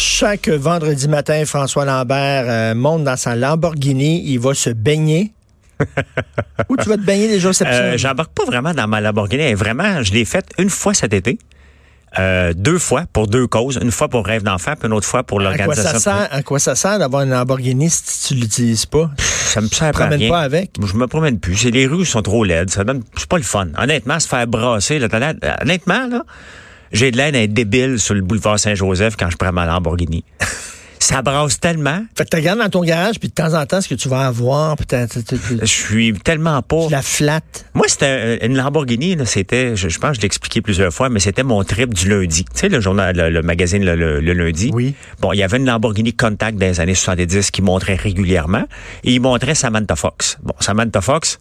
Chaque vendredi matin, François Lambert euh, monte dans sa Lamborghini, il va se baigner. Où tu vas te baigner les jours septembre? Euh, J'embarque pas vraiment dans ma Lamborghini. Elle est Vraiment, je l'ai faite une fois cet été. Euh, deux fois pour deux causes. Une fois pour Rêve d'enfant, puis une autre fois pour à, quoi l'organisation. ça sert, à quoi ça sert d'avoir une Lamborghini si tu l'utilises pas? Ça me sert à promènes rien. pas avec? Je me promène plus. C'est- Les rues sont trop laides. Ça donne, c'est pas le fun. Honnêtement, se faire brasser, là, t'as l'air- honnêtement, là, j'ai de l'air d'être débile sur le boulevard Saint-Joseph quand je prends ma Lamborghini. ça brasse tellement. Fait que tu regardes dans ton garage, puis de temps en temps, ce que tu vas avoir, puis t'as- t'as- t'as- tu Je suis tellement pas. la flattes. Moi, c'était euh, une Lamborghini, là, c'était, je, je pense que je l'ai expliqué plusieurs fois, mais c'était mon trip du lundi. Tu sais, le journal, le, le magazine le, le- le lundi. Oui. Bon, il y avait une Lamborghini Contact dans les années 70 qui montrait régulièrement, et il montrait Samantha Fox. Bon, Samantha Fox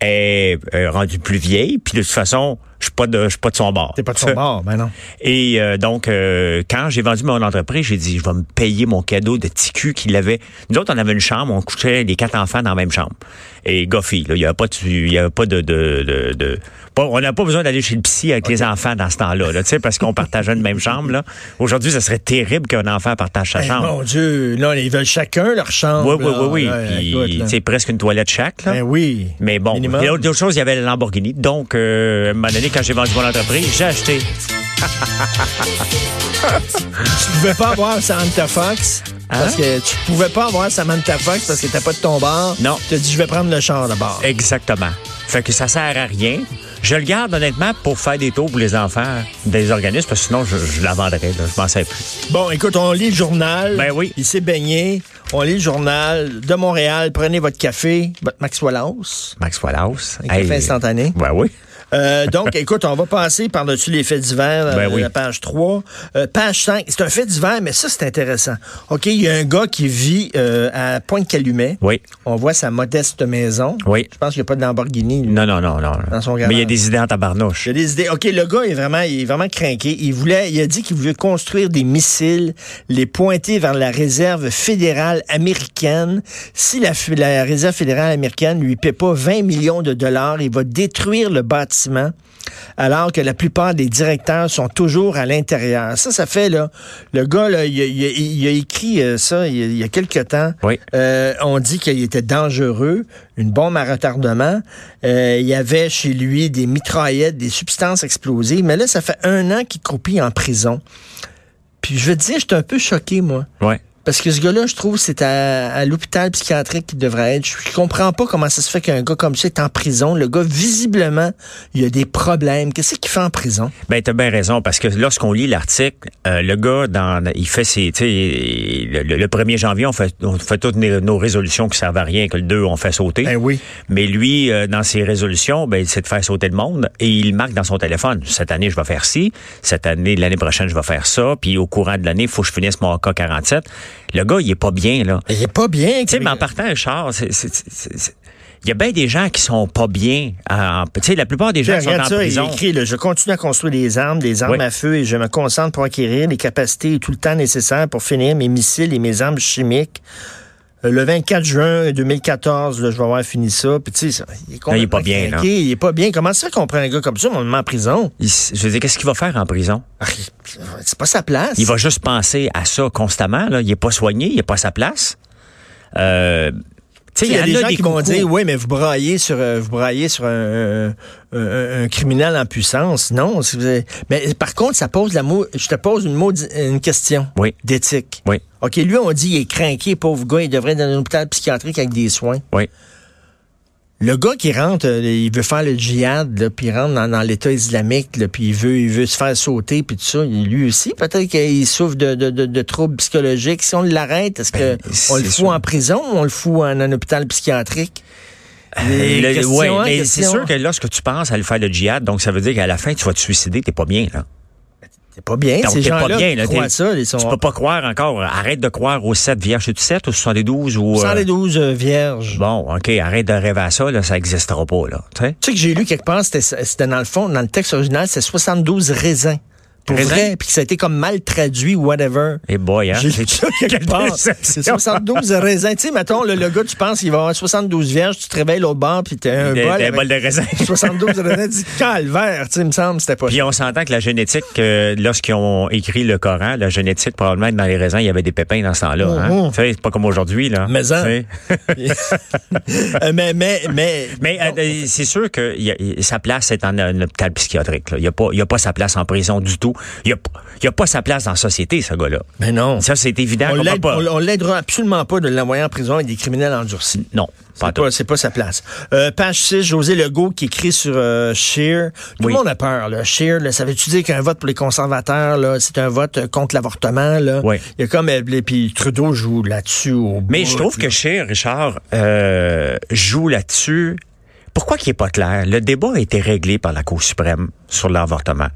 est, euh, rendue plus vieille, puis de toute façon, je suis pas de, je suis pas de son bord. T'es pas de son bord, ben non. Et euh, donc, euh, quand j'ai vendu mon entreprise, j'ai dit, je vais me payer mon cadeau de TQ qu'il avait. Nous autres, on avait une chambre, on couchait les quatre enfants dans la même chambre. Et Goffy, là, il n'y avait pas, de- il y avait pas de... de, de, de- pas- on n'a pas besoin d'aller chez le psy avec les enfants dans ce temps-là, là, tu sais, parce qu'on partageait une même chambre. là. Aujourd'hui, ça serait terrible qu'un enfant partage sa Eh, chambre. mon Dieu, non, ils veulent chacun leur chambre. Oui, oui, oui, oui. là, Puis, écoute, là. tu sais, presque une toilette chaque. Là. Ben oui. Mais bon, Minimum. et autre autre chose, il y avait la Lamborghini. Donc, euh, à un moment donné, quand j'ai vendu mon entreprise, j'ai acheté Tu pouvais pas avoir Samantha Fox. Parce Hein? que tu pouvais pas avoir Samantha Fox parce que t'as pas de ton bar. Non. Tu as dit, je vais prendre le char d'abord. Exactement. Fait que ça sert à rien. Je le garde honnêtement pour faire des tours pour les enfants des organismes, parce que sinon je, je la vendrais, là. je m'en sers plus. Bon, écoute, on lit le journal. Ben oui. Il s'est baigné. On lit le journal de Montréal. Prenez votre café, votre Max Wallace. Max Wallace. Un café instantané. Ben oui. Euh, donc, écoute, on va passer par-dessus les faits divers euh, Ben oui. la page 3. Euh, page 5, c'est un fait divers, mais ça, c'est intéressant. OK, il y a un gars qui vit euh, à Pointe-Calumet. Oui. On voit sa modeste maison. Oui. Je pense qu'il n'y a pas de Lamborghini. lui. Non, non, non, non. Dans son garage. Mais il y a des idées en tabarnouche. J'ai des idées. OK, le gars est vraiment, il est vraiment craqué. Il voulait, il a dit qu'il voulait construire des missiles, les pointer vers la réserve fédérale américaine. Si la, f- la réserve fédérale américaine lui paie pas 20 millions de dollars, il va détruire le bâtiment. Alors que la plupart des directeurs sont toujours à l'intérieur. Ça, ça fait, là, le gars, là, il, a- il a- il a écrit euh, ça il y a, il y a quelque temps. Oui. Euh, on dit qu'il était dangereux, une bombe à retardement. Euh, il y avait chez lui des mitraillettes, des substances explosives. Mais là, ça fait un an qu'il croupit en prison. Puis je veux te dire, j'étais un peu choqué, moi. Ouais. Parce que ce gars-là, je trouve, c'est à, à l'hôpital psychiatrique qu'il devrait être. Je, je comprends pas comment ça se fait qu'un gars comme ça est en prison. Le gars, visiblement, il a des problèmes. Qu'est-ce qu'il fait en prison? Ben, t'as bien raison, parce que lorsqu'on lit l'article, euh, le gars, dans, il fait ses, tu sais, le, le- le 1er janvier, on fait, on fait toutes nos, nos résolutions qui servent à rien, que le 2, on fait sauter. Ben oui. Mais lui, euh, dans ses résolutions, ben, c'est de faire sauter le monde et il marque dans son téléphone. Cette année, je vais faire ci. Cette année, l'année prochaine, je vais faire ça. Puis au courant de l'année, il faut que je finisse mon AK-47. Le gars, il est pas bien, là. Il est pas bien. Tu sais, mais en partant un char, c'est- c'est- c'est- c'est- il y a bien des gens qui sont pas bien. en- Tu sais, la plupart des gens qui sont en Regarde ça, il prison. écrit, là, je continue à construire des armes, des armes Oui. à feu et je me concentre pour acquérir les capacités et tout le temps nécessaire pour finir mes missiles et mes armes chimiques. Euh, Le 24 juin 2014, là, je vais avoir fini ça. Puis, tu sais, ça- il est, il est pas bien, complètement là. craqué, Il est pas bien. Comment ça qu'on prend un gars comme ça, on le met en prison? Il s- je veux dire, qu'est-ce qu'il va faire en prison? C'est pas sa place. Il va juste penser à ça constamment. Là. Il est pas soigné, il est pas à sa place. Euh, tu sais, Il y a en des gens qui vont coucous. dire, oui, mais vous braillez sur, euh, vous braillez sur un, euh, un- un- un criminel en puissance. Non. si vous avez- Mais par contre, ça pose la mot... je te pose une, maudit- une question Oui. d'éthique. Oui, OK, lui, on dit, il est craqué, pauvre gars, il devrait être dans un hôpital psychiatrique avec des soins. oui. Le gars qui rentre, euh, il veut faire le djihad, là, puis il rentre dans, dans l'État islamique, là, puis il veut, il veut se faire sauter, puis tout ça. Lui aussi, peut-être qu'il souffre de, de- de- de troubles psychologiques. Si on l'arrête, est-ce que Ben, on le c'est fout sûr. en prison ou on le fout en un hôpital psychiatrique? Euh, Le- Les questions, ouais, hein, mais c'est questions. sûr que lorsque tu penses à le faire de djihad, donc ça veut dire qu'à la fin, tu vas te suicider, t'es pas bien, là. C'est pas bien, Donc, ces t'es pas gens-là bien, qui là. croient t'es- ça. Ils sont Tu peux pas croire encore. Arrête de croire aux 7 vierges. C'est-tu 7 ou 72 ou. euh, 112 euh, vierges. Bon, OK, arrête de rêver à ça, là, ça n'existera pas, là. Tu sais? Tu sais que j'ai lu quelque part, c'était c'était dans le fond, dans le texte original, c'est 72 raisins. pour Raison. vrai, puis que ça a été comme mal traduit, whatever. Et boy, hein? J'ai lu ça quelque Quelle part. déception. C'est 72 raisins. Tu sais, mettons, le, le gars, tu penses qu'il va avoir 72 vierges, tu te réveilles au bar, puis t'as un Des- bol. des avec bols de raisin. 72 raisins, dit calvaire, tu sais, il me semble, c'était pas Puis on s'entend que la génétique, euh, lorsqu'ils ont écrit le Coran, la génétique, probablement, dans les raisins, il y avait des pépins dans ce temps-là. hein. Mhm. Tu sais, C'est pas comme aujourd'hui. là. Mais en- Tu sais. Euh, mais, mais, mais, Mais euh, euh, c'est sûr que y a- y- sa place est en un hôpital psychiatrique. là. Il n'y a, pas- il a pas sa place en prison du tout. Il n'y a, p- il a pas sa place dans la société, ce gars-là. mais non. Ça, c'est évident. On qu'on peut l'aide- pas- on on l'aidera absolument pas de l'envoyer en prison avec des criminels endurcis. Non, pas C'est en tout. pas, c'est pas sa place. Euh, page 6, José Legault qui écrit sur euh, Scheer. Tout Oui. le monde a peur. Là. Scheer, là, ça veut-tu dire qu'un vote pour les conservateurs, là, c'est un vote euh, contre l'avortement? Là? Oui. Il y a comme... euh, Et puis Trudeau joue là-dessus au Mais bout, euh, je trouve là. que chez Richard euh, joue là-dessus. Pourquoi qu'il est pas clair? Le débat a été réglé par la Cour suprême sur l'avortement.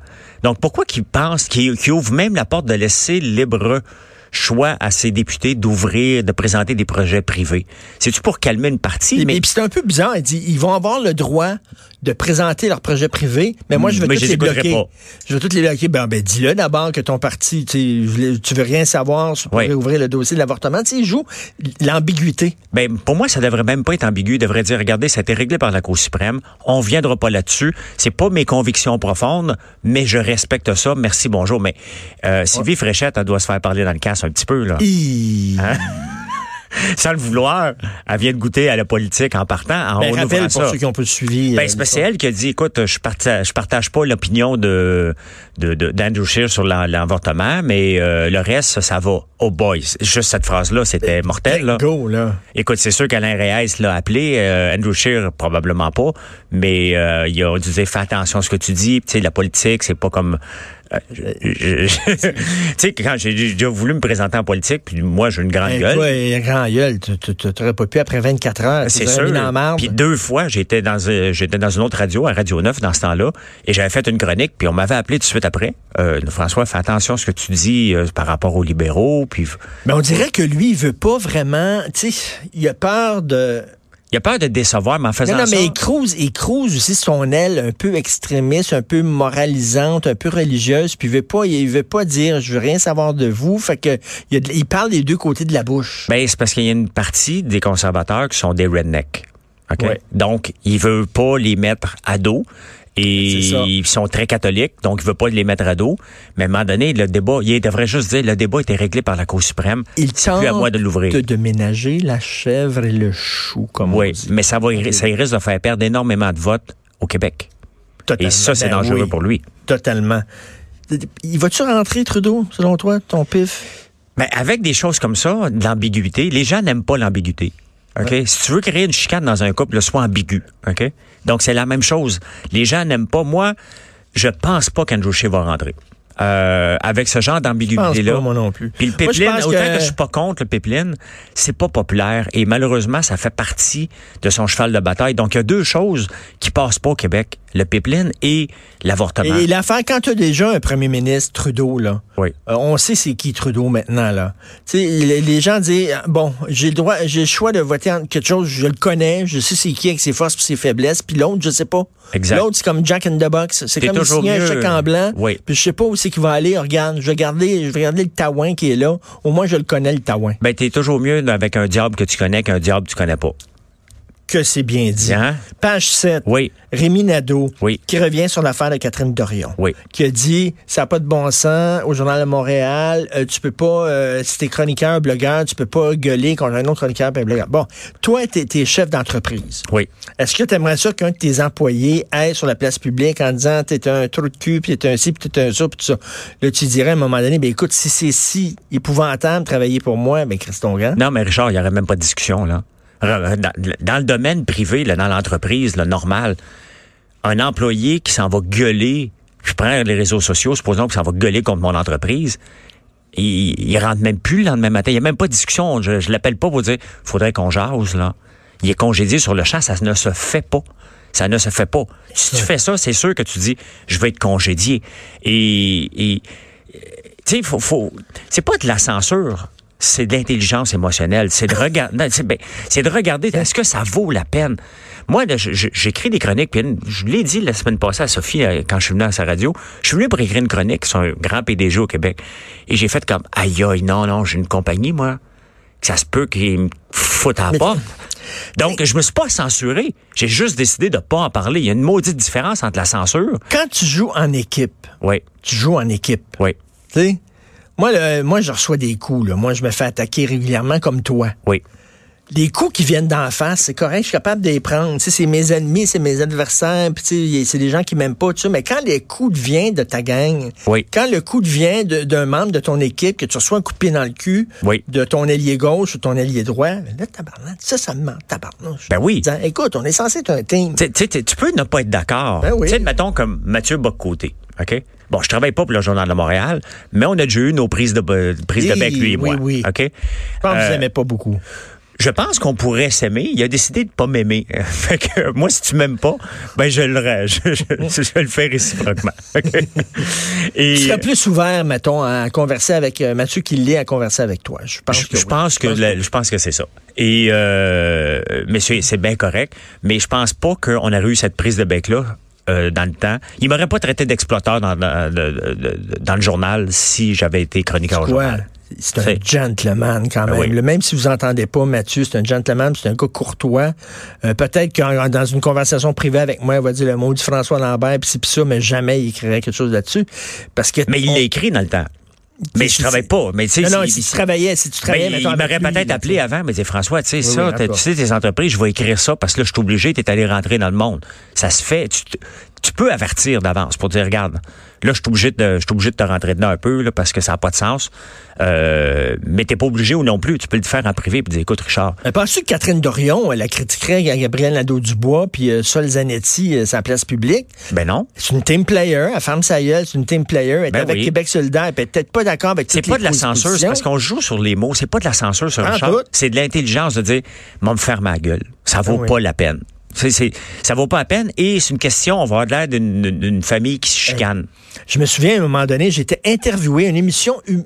Donc, pourquoi qu'il pense, qu'il qu'il ouvre même la porte de laisser libre choix à ses députés d'ouvrir, de présenter des projets privés? C'est-tu pour calmer une partie? Et, et puis c'est un peu bizarre. Il dit, ils vont avoir le droit de présenter leur projet privé, mais moi, je vais Mais tous je les les écouterai bloquer. pas. Je vais tous les bloquer. Ben, ben dis-le d'abord que ton parti, tu sais, je voulais- tu veux rien savoir sur pour Oui. ouvrir le dossier de l'avortement. Tu sais, il joue l'ambiguïté. Ben, pour moi, ça devrait même pas être ambigu. Il devrait dire, regardez, ça a été réglé par la Cour suprême. On viendra pas là-dessus. C'est pas mes convictions profondes, mais je respecte ça. Merci, bonjour. Mais euh, Sylvie Fréchette, elle doit se faire parler dans le casse un petit peu, là. Hi. Ah. Sans le vouloir, elle vient de goûter à la politique en partant. En Ben, en rappel ouvrant pour ça. ceux qui ont pas suivi. euh, Ben, c'est parce que c'est elle qui a dit, écoute, je partage, je partage pas l'opinion de, de, de- d'Andrew Scheer sur l'en- l'avortement, mais euh, le reste, ça va. Oh boy, juste cette phrase-là, c'était mortel. Là. Go, là. Écoute, c'est sûr qu'Alain Reyes l'a appelé, euh, Andrew Scheer probablement pas, mais euh, il a dû dire fais attention à ce que tu dis, Puis, tu sais la politique, c'est pas comme euh, je- je- tu sais quand j'ai j'ai déjà voulu me présenter en politique, puis moi j'ai une grande Hey, gueule. Ben, Ben, toi, hey, grand gueule, tu tu- tu- t'aurais pas pu après 24 heures. tu C'est t'aurais sûr. mis dans la marde. Puis deux fois, j'étais dans euh, j'étais dans une autre radio, à Radio 9 dans ce temps-là, et j'avais fait une chronique, puis on m'avait appelé tout de suite après. Euh, François, fais attention à ce que tu dis euh, par rapport aux libéraux, puis Mais Ben, on dirait que lui, il veut pas vraiment, tu sais, il a peur de, il a peur de décevoir, mais en faisant Non, non, ça- mais il crouse, il crouse aussi son aile un peu extrémiste, un peu moralisante, un peu religieuse, puis il veut pas, il veut pas dire je veux rien savoir de vous, fait que il, y a de- il parle des deux côtés de la bouche. Ben, c'est parce qu'il y a une partie des conservateurs qui sont des rednecks. OK? Ouais. Donc, il veut pas les mettre à dos. Et C'est ça. ils sont très catholiques, donc il veut pas les mettre à dos. Mais à un moment donné, le débat, il devrait juste dire, le débat était réglé par la Cour suprême. il c'est tente plus à moi de l'ouvrir. de ménager la chèvre et le chou, comme on Oui, dit. mais ça va, ça risque de faire perdre énormément de votes au Québec. Totalement. Et ça, c'est Ben dangereux oui, pour lui. Totalement. Il va-tu rentrer, Trudeau, selon toi, ton pif? Mais avec des choses comme ça, de l'ambiguïté, les gens n'aiment pas l'ambiguïté. OK? Si tu veux créer une chicane dans un couple, sois ambigu. OK? Donc, c'est la même chose. Les gens n'aiment pas. Moi, je pense pas qu'Andrew Scheer va rentrer. Euh, avec ce genre Je pense d'ambiguïté-là. pas, moi non plus. Puis le Moi, je pipeline, pense autant que... que- je suis pas contre le pipeline, c'est pas populaire et malheureusement, ça fait partie de son cheval de bataille. Donc, il y a deux choses qui passent pas au Québec. Le pipeline et l'avortement. Et l'affaire, quand tu as déjà un premier ministre, Trudeau, là, Oui. euh, on sait c'est qui Trudeau maintenant, là. Tu sais, les les gens disent, Ah, bon, j'ai le droit, j'ai le choix de voter entre quelque chose, je le connais, je sais c'est qui avec ses forces et ses faiblesses, puis l'autre, je sais pas. Exact. L'autre, c'est comme Jack in the Box. C'est T'es comme toujours signer un mieux. chèque en blanc, Oui. puis je sais pas où c'est qu'il va aller, regarde, je vais garder, je vais regarder le taouin qui est là. Au moins, je le connais, le taouin. Ben, t'es toujours mieux avec un diable que tu connais qu'un diable que tu connais pas. Que c'est bien dit. Hein? Page 7. Oui. Rémi Nadeau, Oui. qui revient sur l'affaire de Catherine Dorion, Oui. qui a dit ça n'a pas de bon sens au Journal de Montréal, euh, tu peux pas, euh, si t'es chroniqueur, blogueur, tu peux pas gueuler contre un autre chroniqueur et un blogueur. Bon, toi, t'es es chef d'entreprise. Oui. Est-ce que t'aimerais ça qu'un de tes employés aille sur la place publique en disant t'es un trou de cul, puis t'es un ci, puis t'es un ça, puis tout ça? Là, tu dirais à un moment donné, ben écoute, si c'est si épouvantable de travailler pour moi, ben Christon Gant. Non, mais Richard, il n'y aurait même pas de discussion, là. Re- Dans, dans le domaine privé, là, dans l'entreprise, le normal, un employé qui s'en va gueuler, je prends les réseaux sociaux, supposons qu'il s'en va gueuler contre mon entreprise, il, il rentre même plus le lendemain matin. Il n'y a même pas de discussion. Je, je l'appelle pas pour dire faudrait qu'on jase, là. Il est congédié sur le champ, ça ne se fait pas. Ça ne se fait pas. Si tu fais ça, c'est sûr que tu dis je vais être congédié. Et, et tu sais, faut, faut- c'est pas de la censure. c'est de l'intelligence émotionnelle. C'est de regarder, c'est ben, c'est de regarder, est-ce que ça vaut la peine? Moi, là, je- je- j'écris des chroniques, puis une- je l'ai dit la semaine passée à Sophie, euh, quand je suis venu à sa radio, je suis venu pour écrire une chronique sur un grand PDG au Québec. Et j'ai fait comme, aïe, aïe, non, non, j'ai une compagnie, moi, que ça se peut qu'ils me foutent à la porte. Donc, je me suis pas censuré. J'ai juste décidé de pas en parler. Il y a une maudite différence entre la censure. Quand tu joues en équipe, Oui, tu joues en équipe. oui, Tu sais? Moi, là, moi, je reçois des coups. Là. Moi, je me fais attaquer régulièrement comme toi. oui. Les coups qui viennent d'en face, c'est correct, je suis capable de les prendre. Tu sais, c'est mes ennemis, c'est mes adversaires, puis tu sais, c'est des gens qui m'aiment pas, tu sais. Mais quand les coups viennent de ta gang, Oui. quand le coup devient de- d'un membre de ton équipe, que tu reçois un coup de pied dans le cul Oui. de ton ailier gauche ou ton ailier droit, là, tabarnak, ça, ça me ment, tabarnouche. Ben oui. Disant, Écoute, on est censé être un team. Tu sais, tu sais, tu peux ne pas être d'accord. Ben oui. Tu sais, mettons comme Mathieu Boccoté, OK? Bon, je travaille pas pour le Journal de Montréal, mais on a déjà eu nos prises de, be- prises de Oui, bec, lui oui, et moi. oui. OK? Je pense que Euh, vous aimez pas beaucoup. Je pense qu'on pourrait s'aimer. Il a décidé de pas m'aimer. fait que moi, si tu m'aimes pas, ben je le re- je, je- je vais le fais réciproquement. OK? Et- Tu serais plus ouvert, mettons, à converser avec euh, Mathieu qu'il l'est à converser avec toi. Je pense Je, que je oui. pense que la- je pense que c'est ça. Et euh, mais c'est c'est bien correct, mais je pense pas qu'on aurait eu cette prise de bec là. dans le temps. Il m'aurait pas traité d'exploiteur dans, dans- de- de- dans le journal si j'avais été chroniqueur au Ouais. journal. C'est un C'est- Ah gentleman quand même. oui. Le Même si vous entendez pas Mathieu, c'est un gentleman, c'est un gars courtois. Euh, Peut-être qu'en dans une conversation privée avec moi, il va dire le mot du François Lambert, puis ci, puis ça, mais jamais il écrirait quelque chose là-dessus. Parce que Mais il l'a écrit dans le temps. Mais je travaillais pas. Mais tu sais, Non, non, il- si tu travaillais, si tu Ben, travaillais, il- mettons, il avec m'aurait lui, peut-être là, appelé avant, mais dit François, tu sais, ça, oui, t'as- d'accord. tu sais, tes entreprises, je vais écrire ça parce que là, je suis obligé, t'es allé rentrer dans le monde. Ça se fait. Tu, te- tu peux avertir d'avance pour dire, regarde, là, je suis obligé de, je suis obligé de te rentrer dedans un peu, là, parce que ça n'a pas de sens. Euh, mais t'es pas obligé ou non plus. Tu peux le faire en privé et dire, écoute, Richard, Mais Euh, Penses-tu que Catherine Dorion, elle la critiquerait à Gabriel Nadeau-Dubois, puis euh, Sol Zanetti, euh, sa place publique? ben non. C'est une team player, elle ferme sa gueule, c'est une team player, elle est Ben avec oui. Québec solidaire, elle est peut-être pas d'accord avec C'est toutes pas les de la censure, c'est positions. parce qu'on joue sur les mots. C'est pas de la censure sur En Richard. tout. C'est de l'intelligence de dire, moi, me faire ma gueule. Ça vaut Ah oui. pas la peine. C'est, c'est, ça vaut pas la peine et c'est une question, on va avoir l'air d'une, d'une- d'une famille qui se chicane. Je me souviens, à un moment donné, j'étais interviewé, une émission hum-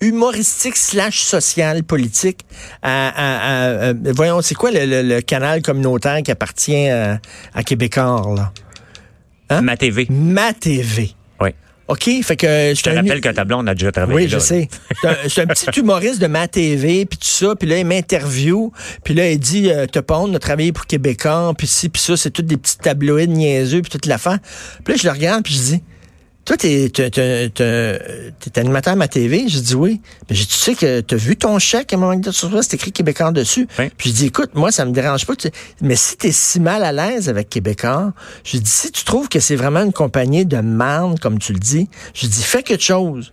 humoristique slash sociale politique à, à- à- euh, voyons, c'est quoi le, le- le canal communautaire qui appartient à, à Québécois, là? Hein? Ma TV. Ma TV. Oui. OK? Fait que... Je te rappelle que ta blonde a déjà travaillé Oui, là, je là. sais. C'est un, c'est un petit humoriste de ma TV, puis tout ça, puis là, il m'interview, puis là, il dit, euh, Te on a travaillé pour Québécois, puis ci, puis ça, c'est toutes des petits tabloïds niaiseux, puis toute l'affaire. Puis là, je le regarde, puis je dis, toi, t'es t'es- t'es- t'es- t'es animateur à ma TV? Je dis oui. Mais j'ai dit, tu sais que t'as vu ton chèque à un moment donné sur toi, c'est écrit Québécois dessus. Oui. Puis je dis, écoute, moi, ça me dérange pas. tu- Mais si t'es si mal à l'aise avec Québécois, je dis, si tu trouves que c'est vraiment une compagnie de marne, comme tu le dis, je dis, fais quelque chose.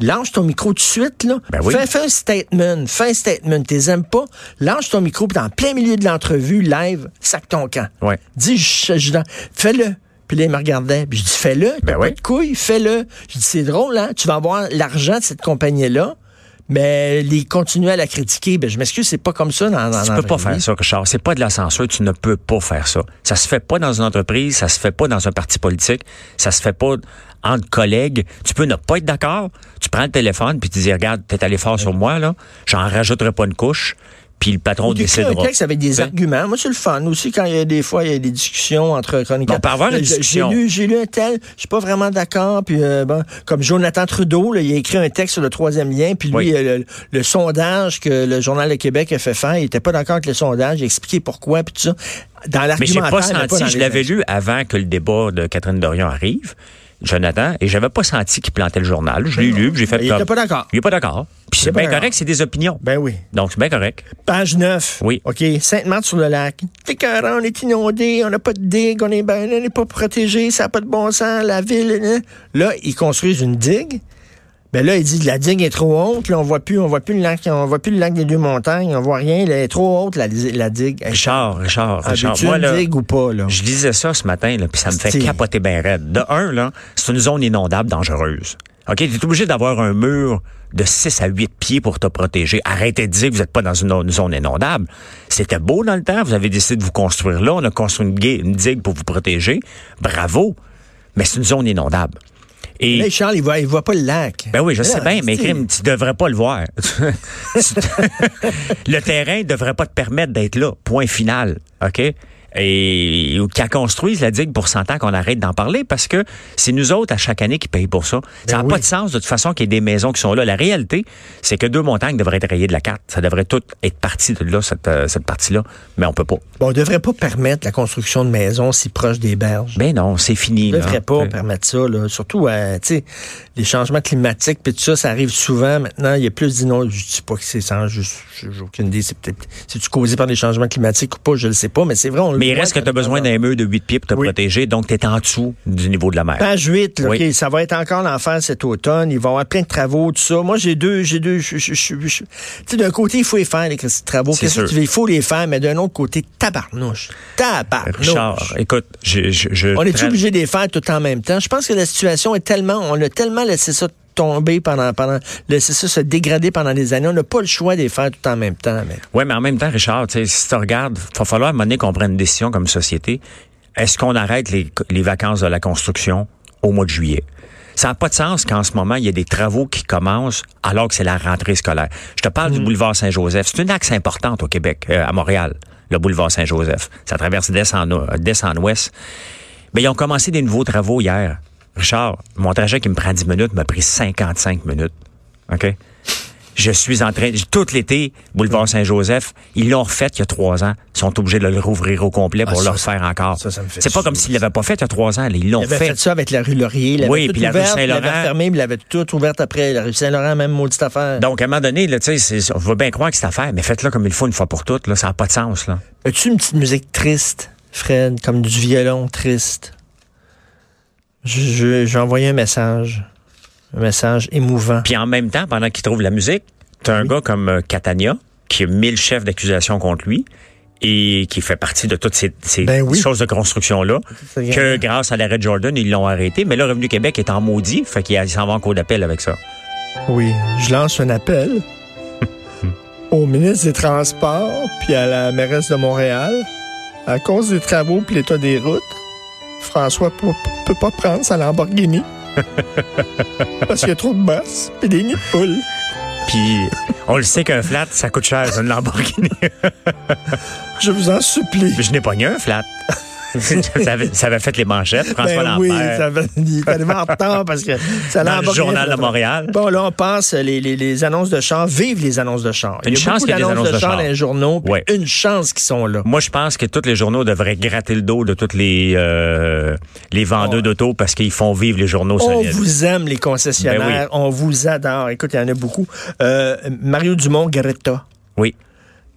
Lâche ton micro tout de suite, là. Ben oui. fais, fais un statement. Fais un statement. T'es aimes pas. Lâche ton micro, puis dans plein milieu de l'entrevue, live, sac ton camp. Ouais. Dis, je, je- dans- fais-le. Puis là, il me regardait. Puis je dis, fais-le. T'as Ben pas oui. de couilles, fais-le. Je dis, c'est drôle, hein? Tu vas avoir l'argent de cette compagnie-là. Mais les continuer à la critiquer, ben je m'excuse, c'est pas comme ça dans, dans Tu dans la peux pas vraie vie. faire ça, Richard. C'est pas de la censure. Tu ne peux pas faire ça. Ça se fait pas dans une entreprise. Ça se fait pas dans un parti politique. Ça se fait pas entre collègues. Tu peux ne pas être d'accord. Tu prends le téléphone puis tu dis, regarde, t'es allé fort sur moi, là. J'en rajouterai pas une couche. Puis le patron Tu écris décidera. un texte avec des Ben, arguments. Moi, c'est le fun aussi quand il y a des fois il y a des discussions entre chroniqueurs. On peut avoir une Euh, j'ai- discussion. J'ai lu, j'ai lu un tel, je suis pas vraiment d'accord. Puis euh, bon, comme Jonathan Trudeau, là, il a écrit un texte sur le troisième lien. Puis lui, Oui. euh, le, le sondage que le journal de Québec a fait faire, il était pas d'accord avec le sondage. Il a expliqué pourquoi puis tout ça. Dans Mais j'ai l'argumentaire, pas mais dans senti, je les l'avais faits. lu avant que le débat de Catherine Dorion arrive, Jonathan, et j'avais pas senti qu'il plantait le journal. Je l'ai lu, puis j'ai fait Ben Il comme- était pas d'accord. Il est pas d'accord. Puis Il est c'est pas bien d'accord. correct, c'est des opinions. Ben oui. Donc c'est bien correct. Page 9. Oui. OK. Sainte-Marthe-sur-le-Lac. T'es carré, on est inondé, on n'a pas de digue, on est ben, on n'est pas protégé, ça n'a pas de bon sens, la ville. hein. Là, ils construisent une digue. Ben là, ils disent la digue est trop haute, là, on voit plus, on voit plus le lac, on voit plus le lac des deux montagnes, on voit rien, là, elle est trop haute, la, la digue. Hey, Richard, Richard, Richard. As-tu Moi, Ah, une là, digue ou pas, là? je lisais ça ce matin, là, puis ça me fait Asti. capoter bien raide. De un, là, c'est une zone inondable dangereuse. OK? Tu es obligé d'avoir un mur de 6 à 8 pieds pour te protéger. Arrêtez de dire que vous n'êtes pas dans une, o- une zone inondable. C'était beau dans le temps. Vous avez décidé de vous construire là. On a construit une, gui- une digue pour vous protéger. Bravo. Mais c'est une zone inondable. Et Là, Charles, il voit, il voit pas le lac. ben oui, je sais Là, bien, mais Ah, c'est- crime, tu devrais pas le voir. Tu- le terrain devrait pas te permettre d'être là. Point final. OK? Et ou qu'elle construise la digue pour 100 ans qu'on arrête d'en parler parce que c'est nous autres à chaque année qui payons pour ça. ça n'a Ben oui. pas de sens de toute façon qu'il y ait des maisons qui sont là. La réalité, c'est que deux montagnes devraient être rayées de la carte. Ça devrait tout être parti de là, cette, euh, cette partie-là. Mais on peut pas. Bon, on devrait pas permettre la construction de maisons si proches des berges. Ben non, c'est fini. On ne là. devrait pas Euh, permettre ça, là. surtout euh, tu sais, les changements climatiques, puis tout ça, ça arrive souvent. Maintenant, il y a plus d'inondations. Je dis pas que c'est sans, je j'ai aucune idée. C'est peut-être si tu causé par les changements climatiques ou pas, je le sais pas, mais c'est vrai. On le Mais il voit reste que quand tu as besoin d'un mur de 8 pieds pour te Oui. Ben protéger, donc tu es en dessous du niveau de la mer. Page 8, là, Oui. OK, ça va être encore l'enfer cet automne. Il va y avoir plein de travaux, tout ça. Moi, j'ai deux, j'ai deux. je- je- je- je- Tu sais, d'un côté, il faut les faire, les Christy, travaux. C'est Qu'est-ce que sûr. tu veux? Il faut les faire, mais d'un autre côté, tabarnouche. Tabarnouche. Richard, écoute, je, je, je- On est tra- obligé de les faire tout en même temps. Je pense que la situation est tellement, on a tellement laissé ça tomber pendant, pendant laissé ça se dégrader pendant des années. On n'a pas le choix de les faire tout en même temps. Mais Ouais, mais en même temps, Richard, tu sais, si tu regardes, il va falloir à un moment donné qu'on prenne une décision comme société. Est-ce qu'on arrête les, les vacances de la construction au mois de juillet? Ça n'a pas de sens qu'en ce moment, il y a des travaux qui commencent alors que c'est la rentrée scolaire. Je te parle du Mm. boulevard Saint-Joseph. C'est une axe importante au Québec, euh, à Montréal, le boulevard Saint-Joseph. Ça traverse d'est en, o- d'est en ouest. Mais ils ont commencé des nouveaux travaux hier. Richard, mon trajet qui me prend 10 minutes m'a pris 55 minutes. OK? Je suis en train, tout l'été, Mm. boulevard Saint-Joseph, ils l'ont refait il y a trois ans. Ils sont obligés de le rouvrir au complet pour Ah, le ça, refaire encore. ça, ça me fait C'est pas suer, comme s'ils l'avaient pas fait il y a trois ans. là. Ils l'ont il avait fait. fait. ça avec la rue Laurier. Il Oui, avait tout puis la rue ouverte, il l'avait Saint-Laurent. fermée, puis il l'avait tout ouverte après. La rue Saint-Laurent, même maudite affaire. Donc, à un moment donné, là, tu sais, c'est- on va bien croire que c'est affaire, mais faites-le comme il faut une fois pour toutes. Là, ça n'a pas de sens. Là. As-tu une petite musique triste, Fred, comme du violon triste? Je- je- J'ai envoyé un message. Un message émouvant. Puis en même temps, pendant qu'il trouve la musique, t'as un gars comme euh, Catania, qui a mille chefs d'accusation contre lui et qui fait partie de toutes ces, ces Ben oui. choses de construction-là, C'est que grâce à l'arrêt de Jordan, ils l'ont arrêté. Mais là, Revenu Québec est en maudit, fait qu'il s'en va en cours d'appel avec ça. Oui, je lance un appel au ministre des Transports puis à la mairesse de Montréal. À cause des travaux puis l'état des routes, François peut, peut pas prendre sa Lamborghini parce qu'il y a trop de bosses puis des nids de poules. Puis on le sait qu'un flat, ça coûte cher, une Lamborghini. Je vous en supplie. Mais je n'ai pas eu un flat. ça, avait, ça avait fait les manchettes, François Ben Lambert. oui, ça va, il est arrivé en retard parce que ça Dans le journal de Montréal. Bon, là, on passe les, les, les annonces de char. Vive les annonces de char. Une il y a chance beaucoup qu'il y a des d'annonces annonces de de char char. dans les journaux. puis Ouais. Une chance qu'ils sont là. Moi, je pense que tous les journaux devraient gratter le dos de tous les, euh, les vendeurs d'auto parce qu'ils font vivre les journaux On solides. Oh. vous aime, les concessionnaires. Ben oui. On vous adore. Écoute, il y en a beaucoup. Euh, Mario Dumont, Greta. Oui.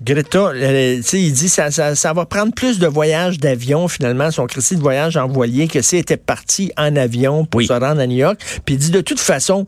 Greta, euh, tu sais, il dit ça, ça, ça va prendre plus de voyages d'avion, finalement, son crédit de voyage en voilier, que s'il était parti en avion pour Oui. se rendre à New York. Puis il dit, de toute façon,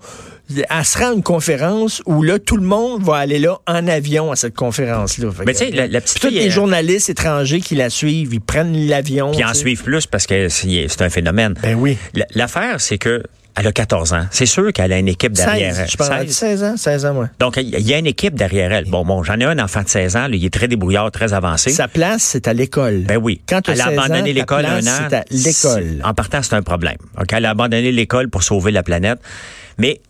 elle sera à une conférence où là, tout le monde va aller là en avion à cette conférence-là. Fait Mais que- tu sais, la, Puis la petite tous fille, les elle- journalistes étrangers qui la suivent, ils prennent l'avion. Puis en tu sais. suivent plus parce que c'est c'est un phénomène. Ben oui. L- L'affaire, c'est que elle a 14 ans. C'est sûr qu'elle a une équipe derrière 16, elle. je pense. 16. 16 ans, 16 ans, ouais. Donc, il y a une équipe derrière elle. Bon, bon, j'en ai un enfant de 16 ans. là, il est très débrouillard, très avancé. Sa place, c'est à l'école. Ben oui. Quand t'as elle a 16 ans, abandonné ta l'école un place, an. c'est à l'école. c'est- En partant, c'est un problème. OK? Elle a abandonné l'école pour sauver la planète. Mais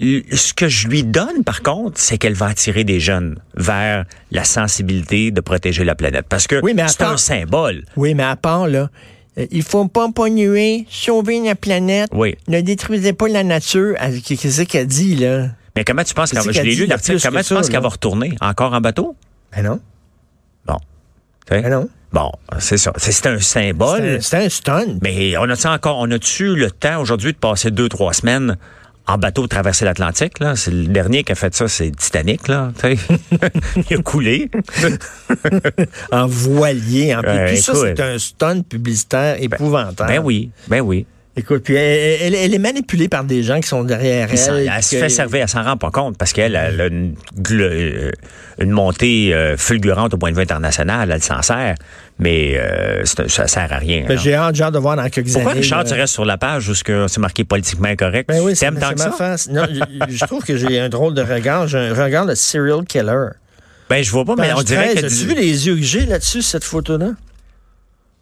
l- ce que je lui donne, par contre, c'est qu'elle va attirer des jeunes vers la sensibilité de protéger la planète. Parce que Oui, mais c'est attends. un symbole. Oui, mais à part, là, euh, il faut pas polluer, sauver la planète. Oui. Ne détruisez pas la nature. Elle- Qu'est-ce qu'elle dit, là? Mais comment tu penses C'est qu'elle ce va... Je qu'elle l'ai dit, lu il y a l'article. plus que Comment tu ça, penses là. qu'elle va retourner? Encore en bateau? Ben non. Bon. Tu sais? Ben non. Bon, c'est ça. C'est c'est un symbole. C'est un, c'est un stun. Mais on a-tu encore, on a-tu le temps aujourd'hui de passer deux, trois semaines en bateau de traverser l'Atlantique, là? C'est le dernier qui a fait ça, c'est Titanic, là. tu sais. Il a coulé. En voilier, en plus. Ouais, Tout ça, écoute. c'est un stun publicitaire épouvantable. Ben oui, ben oui. Écoute, puis elle, elle- elle est manipulée par des gens qui sont derrière Puis ça, elle. Elle, se que- fait servir, elle s'en rend pas compte parce qu'elle elle a une, gl- euh, une montée euh, fulgurante au point de vue international, elle s'en sert, mais euh, c'est un- ça sert à rien. Ben, là. J'ai hâte, genre, de voir dans quelques Pourquoi, années. Richard, là. tu restes sur la page où c'est marqué politiquement incorrect? euh, Ben oui, tu c'est aimes tant c'est que ma ça? face. Non, je, je trouve que j'ai un drôle de regard. J'ai un regard de serial killer. Ben, je vois pas, mais Page on dirait 13, que... As-tu vu les yeux que j'ai là-dessus, cette photo-là?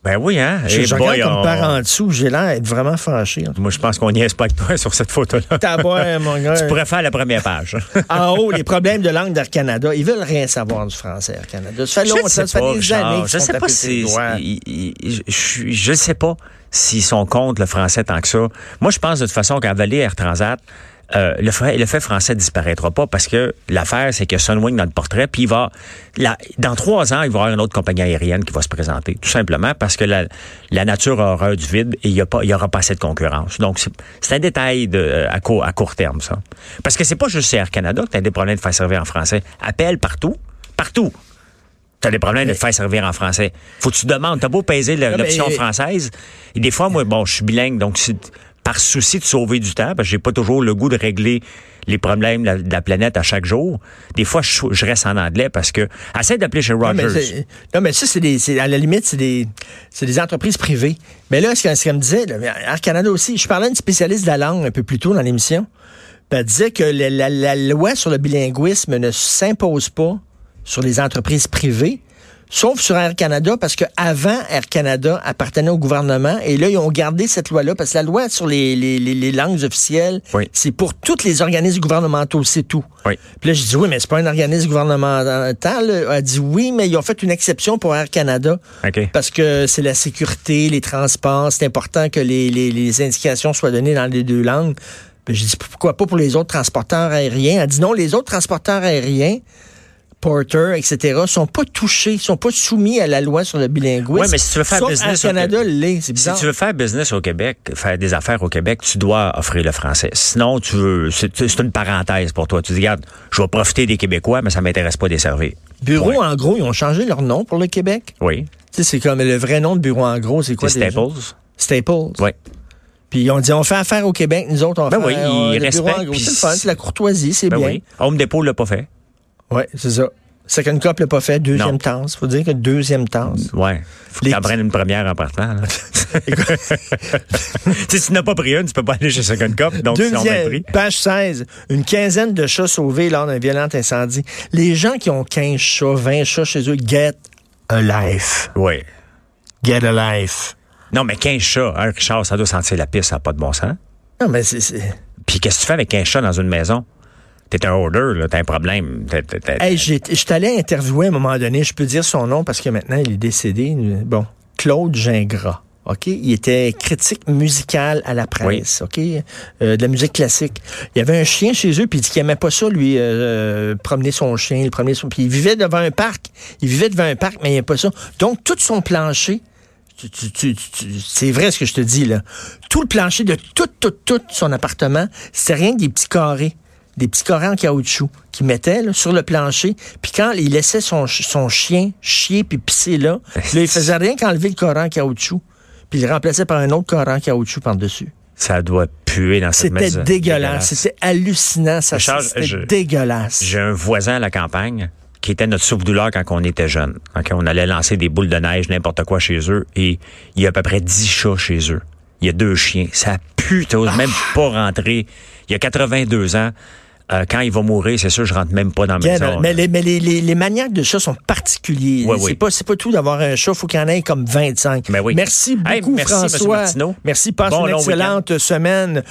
Ben oui, hein? Je, Eh je boy, regarde comme on- par en dessous, j'ai l'air d'être vraiment fâché. en tout Moi, je pense qu'on n'y pas avec toi sur cette photo-là. cas. Taboire, mon gars. Tu pourrais faire la première page. En haut, les problèmes de langue d'Air Canada. Ils veulent rien savoir du français, Air Canada. Ça fait Je longtemps, sais ça fait pas, des Richard. années qu'ils Je se font sais pas taper si ses doigts. il- il- il- je- je sais pas s'ils sont contre le français tant que ça. Moi, je pense de toute façon qu'à Valais Air Transat, euh, le, fait, le fait français disparaîtra pas parce que l'affaire, c'est que Sunwing dans le portrait, puis il va. la- dans trois ans, il va y avoir une autre compagnie aérienne qui va se présenter, tout simplement parce que la, la nature a horreur du vide et il n'y aura pas assez de concurrence. Donc, c'est- c'est un détail de, euh, à, court, à court terme, ça. Parce que c'est pas juste chez Air Canada que tu as des problèmes de faire servir en français. Appelle partout. Partout. T'as des problèmes de te faire servir en français. Faut que tu demandes. T'as beau peser le- Ah, ben, l'option et- française. Et des fois, moi, bon, je suis bilingue, donc si- par souci de sauver du temps, parce que j'ai pas toujours le goût de régler les problèmes de la, de la planète à chaque jour. Des fois, je, je reste en anglais parce que essaie d'appeler chez Non, Rogers. mais c'est- non, mais ça, c'est des, c'est- à la limite, c'est des, c'est des entreprises privées. Mais là, ce qu'elle ce qu'elle me disait, là, mais Air Canada aussi, je parlais à une spécialiste de la langue un peu plus tôt dans l'émission. Puis Elle disait que la, la- la loi sur le bilinguisme ne s'impose pas sur les entreprises privées, sauf sur Air Canada, parce qu'avant, Air Canada appartenait au gouvernement, et là, ils ont gardé cette loi-là, parce que la loi sur les, les- les- les langues officielles, Oui. c'est pour tous les organismes gouvernementaux, c'est tout. Oui. Puis là, je dis, oui, mais c'est pas un organisme gouvernemental. Elle dit, oui, mais ils ont fait une exception pour Air Canada. OK. Parce que c'est la sécurité, les transports, c'est important que les, les- les indications soient données dans les deux langues. Puis je dis, pourquoi pas pour les autres transporteurs aériens? Elle dit, non, les autres transporteurs aériens, Porter, etc., sont pas touchés, sont pas soumis à la loi sur le bilinguisme. Ouais, mais si tu veux faire Sauf business au Air Canada, Québec. l'est. C'est Si bizarre. tu veux faire business au Québec, faire des affaires au Québec, tu dois offrir le français. Sinon, tu veux, c'est c'est une parenthèse pour toi. Tu dis, regarde, je vais profiter des Québécois, mais ça m'intéresse pas de les servir. Bureau, Point. en gros, ils ont changé leur nom pour le Québec. Oui. Tu sais, c'est comme le vrai nom de Bureau, en gros, c'est quoi? Les déjà? Staples. Staples. Oui. Puis on dit, on fait affaire au Québec, nous autres, on Ben fait oui, on- ils le bureau, respectent, en gros, puis C'est le fun, c'est la courtoisie, c'est Ben bien. oui. Home Depot l'a pas fait. Oui, c'est ça. Second Cup l'a pas fait, deuxième Non. tasse. Faut dire que deuxième tasse. Ouais. Faut que Les- t'en prennes une première en partant. là. tu sais, si tu n'as pas pris une, tu peux pas aller chez Second Cup. Donc, si on a Deuxième, pris. page 16. Une quinzaine de chats sauvés lors d'un violent incendie. Les gens qui ont 15 chats, 20 chats chez eux, get a life. Oui. Get a life. Non, mais 15 chats, hein, Richard, ça doit sentir la piste, ça n'a pas de bon sens. Non, mais c'est- c'est... Puis qu'est-ce que tu fais avec 15 chats dans une maison? T'es un order, là, t'as un problème. T'es- t'es- t'es- Hey, j'ai- j'étais allé interviewer à un moment donné, je peux dire son nom parce que maintenant il est décédé. Bon, Claude Gingras. OK, il était critique musical à la presse, OK, Euh, de la musique classique. Il y avait un chien chez eux puis il dit qu'il aimait pas ça lui euh, promener son chien, le promener son puis il vivait devant un parc, il vivait devant un parc mais il aimait pas ça. Donc tout son plancher tu- tu- tu- tu- tu- c'est vrai ce que je te dis, là. Tout le plancher de tout, tout, tout son appartement, c'était rien que des petits carrés. Des petits carrés en caoutchouc qu'il mettait là, sur le plancher. Puis quand il laissait son, ch- son chien chier puis pisser là, là, il faisait rien qu'enlever le carré en caoutchouc. Puis il le remplaçait par un autre carré en caoutchouc par-dessus. Ça doit puer dans cette maison. C'était dégueulasse. C'était hallucinant. Ça, Richard, c'était je- dégueulasse. J'ai un voisin à la campagne qui était notre souffre-douleur quand on était jeune. OK, on allait lancer des boules de neige, n'importe quoi chez eux. Et il y a à peu près 10 chats chez eux. Il y a deux chiens. Ça pue, t'oses Ah! même pas rentrer. Il y a 82 ans. euh, quand il va mourir, c'est sûr, je rentre même pas dans la Bien, maison. mais les, mais les, les- les maniaques de chats sont particuliers. Ouais, c'est oui. pas c'est pas tout d'avoir un chat, faut qu'il y en ait comme 25. Ben oui. Merci beaucoup Hey, merci, Monsieur François. Martineau. merci, passe Bon une long excellente semaine.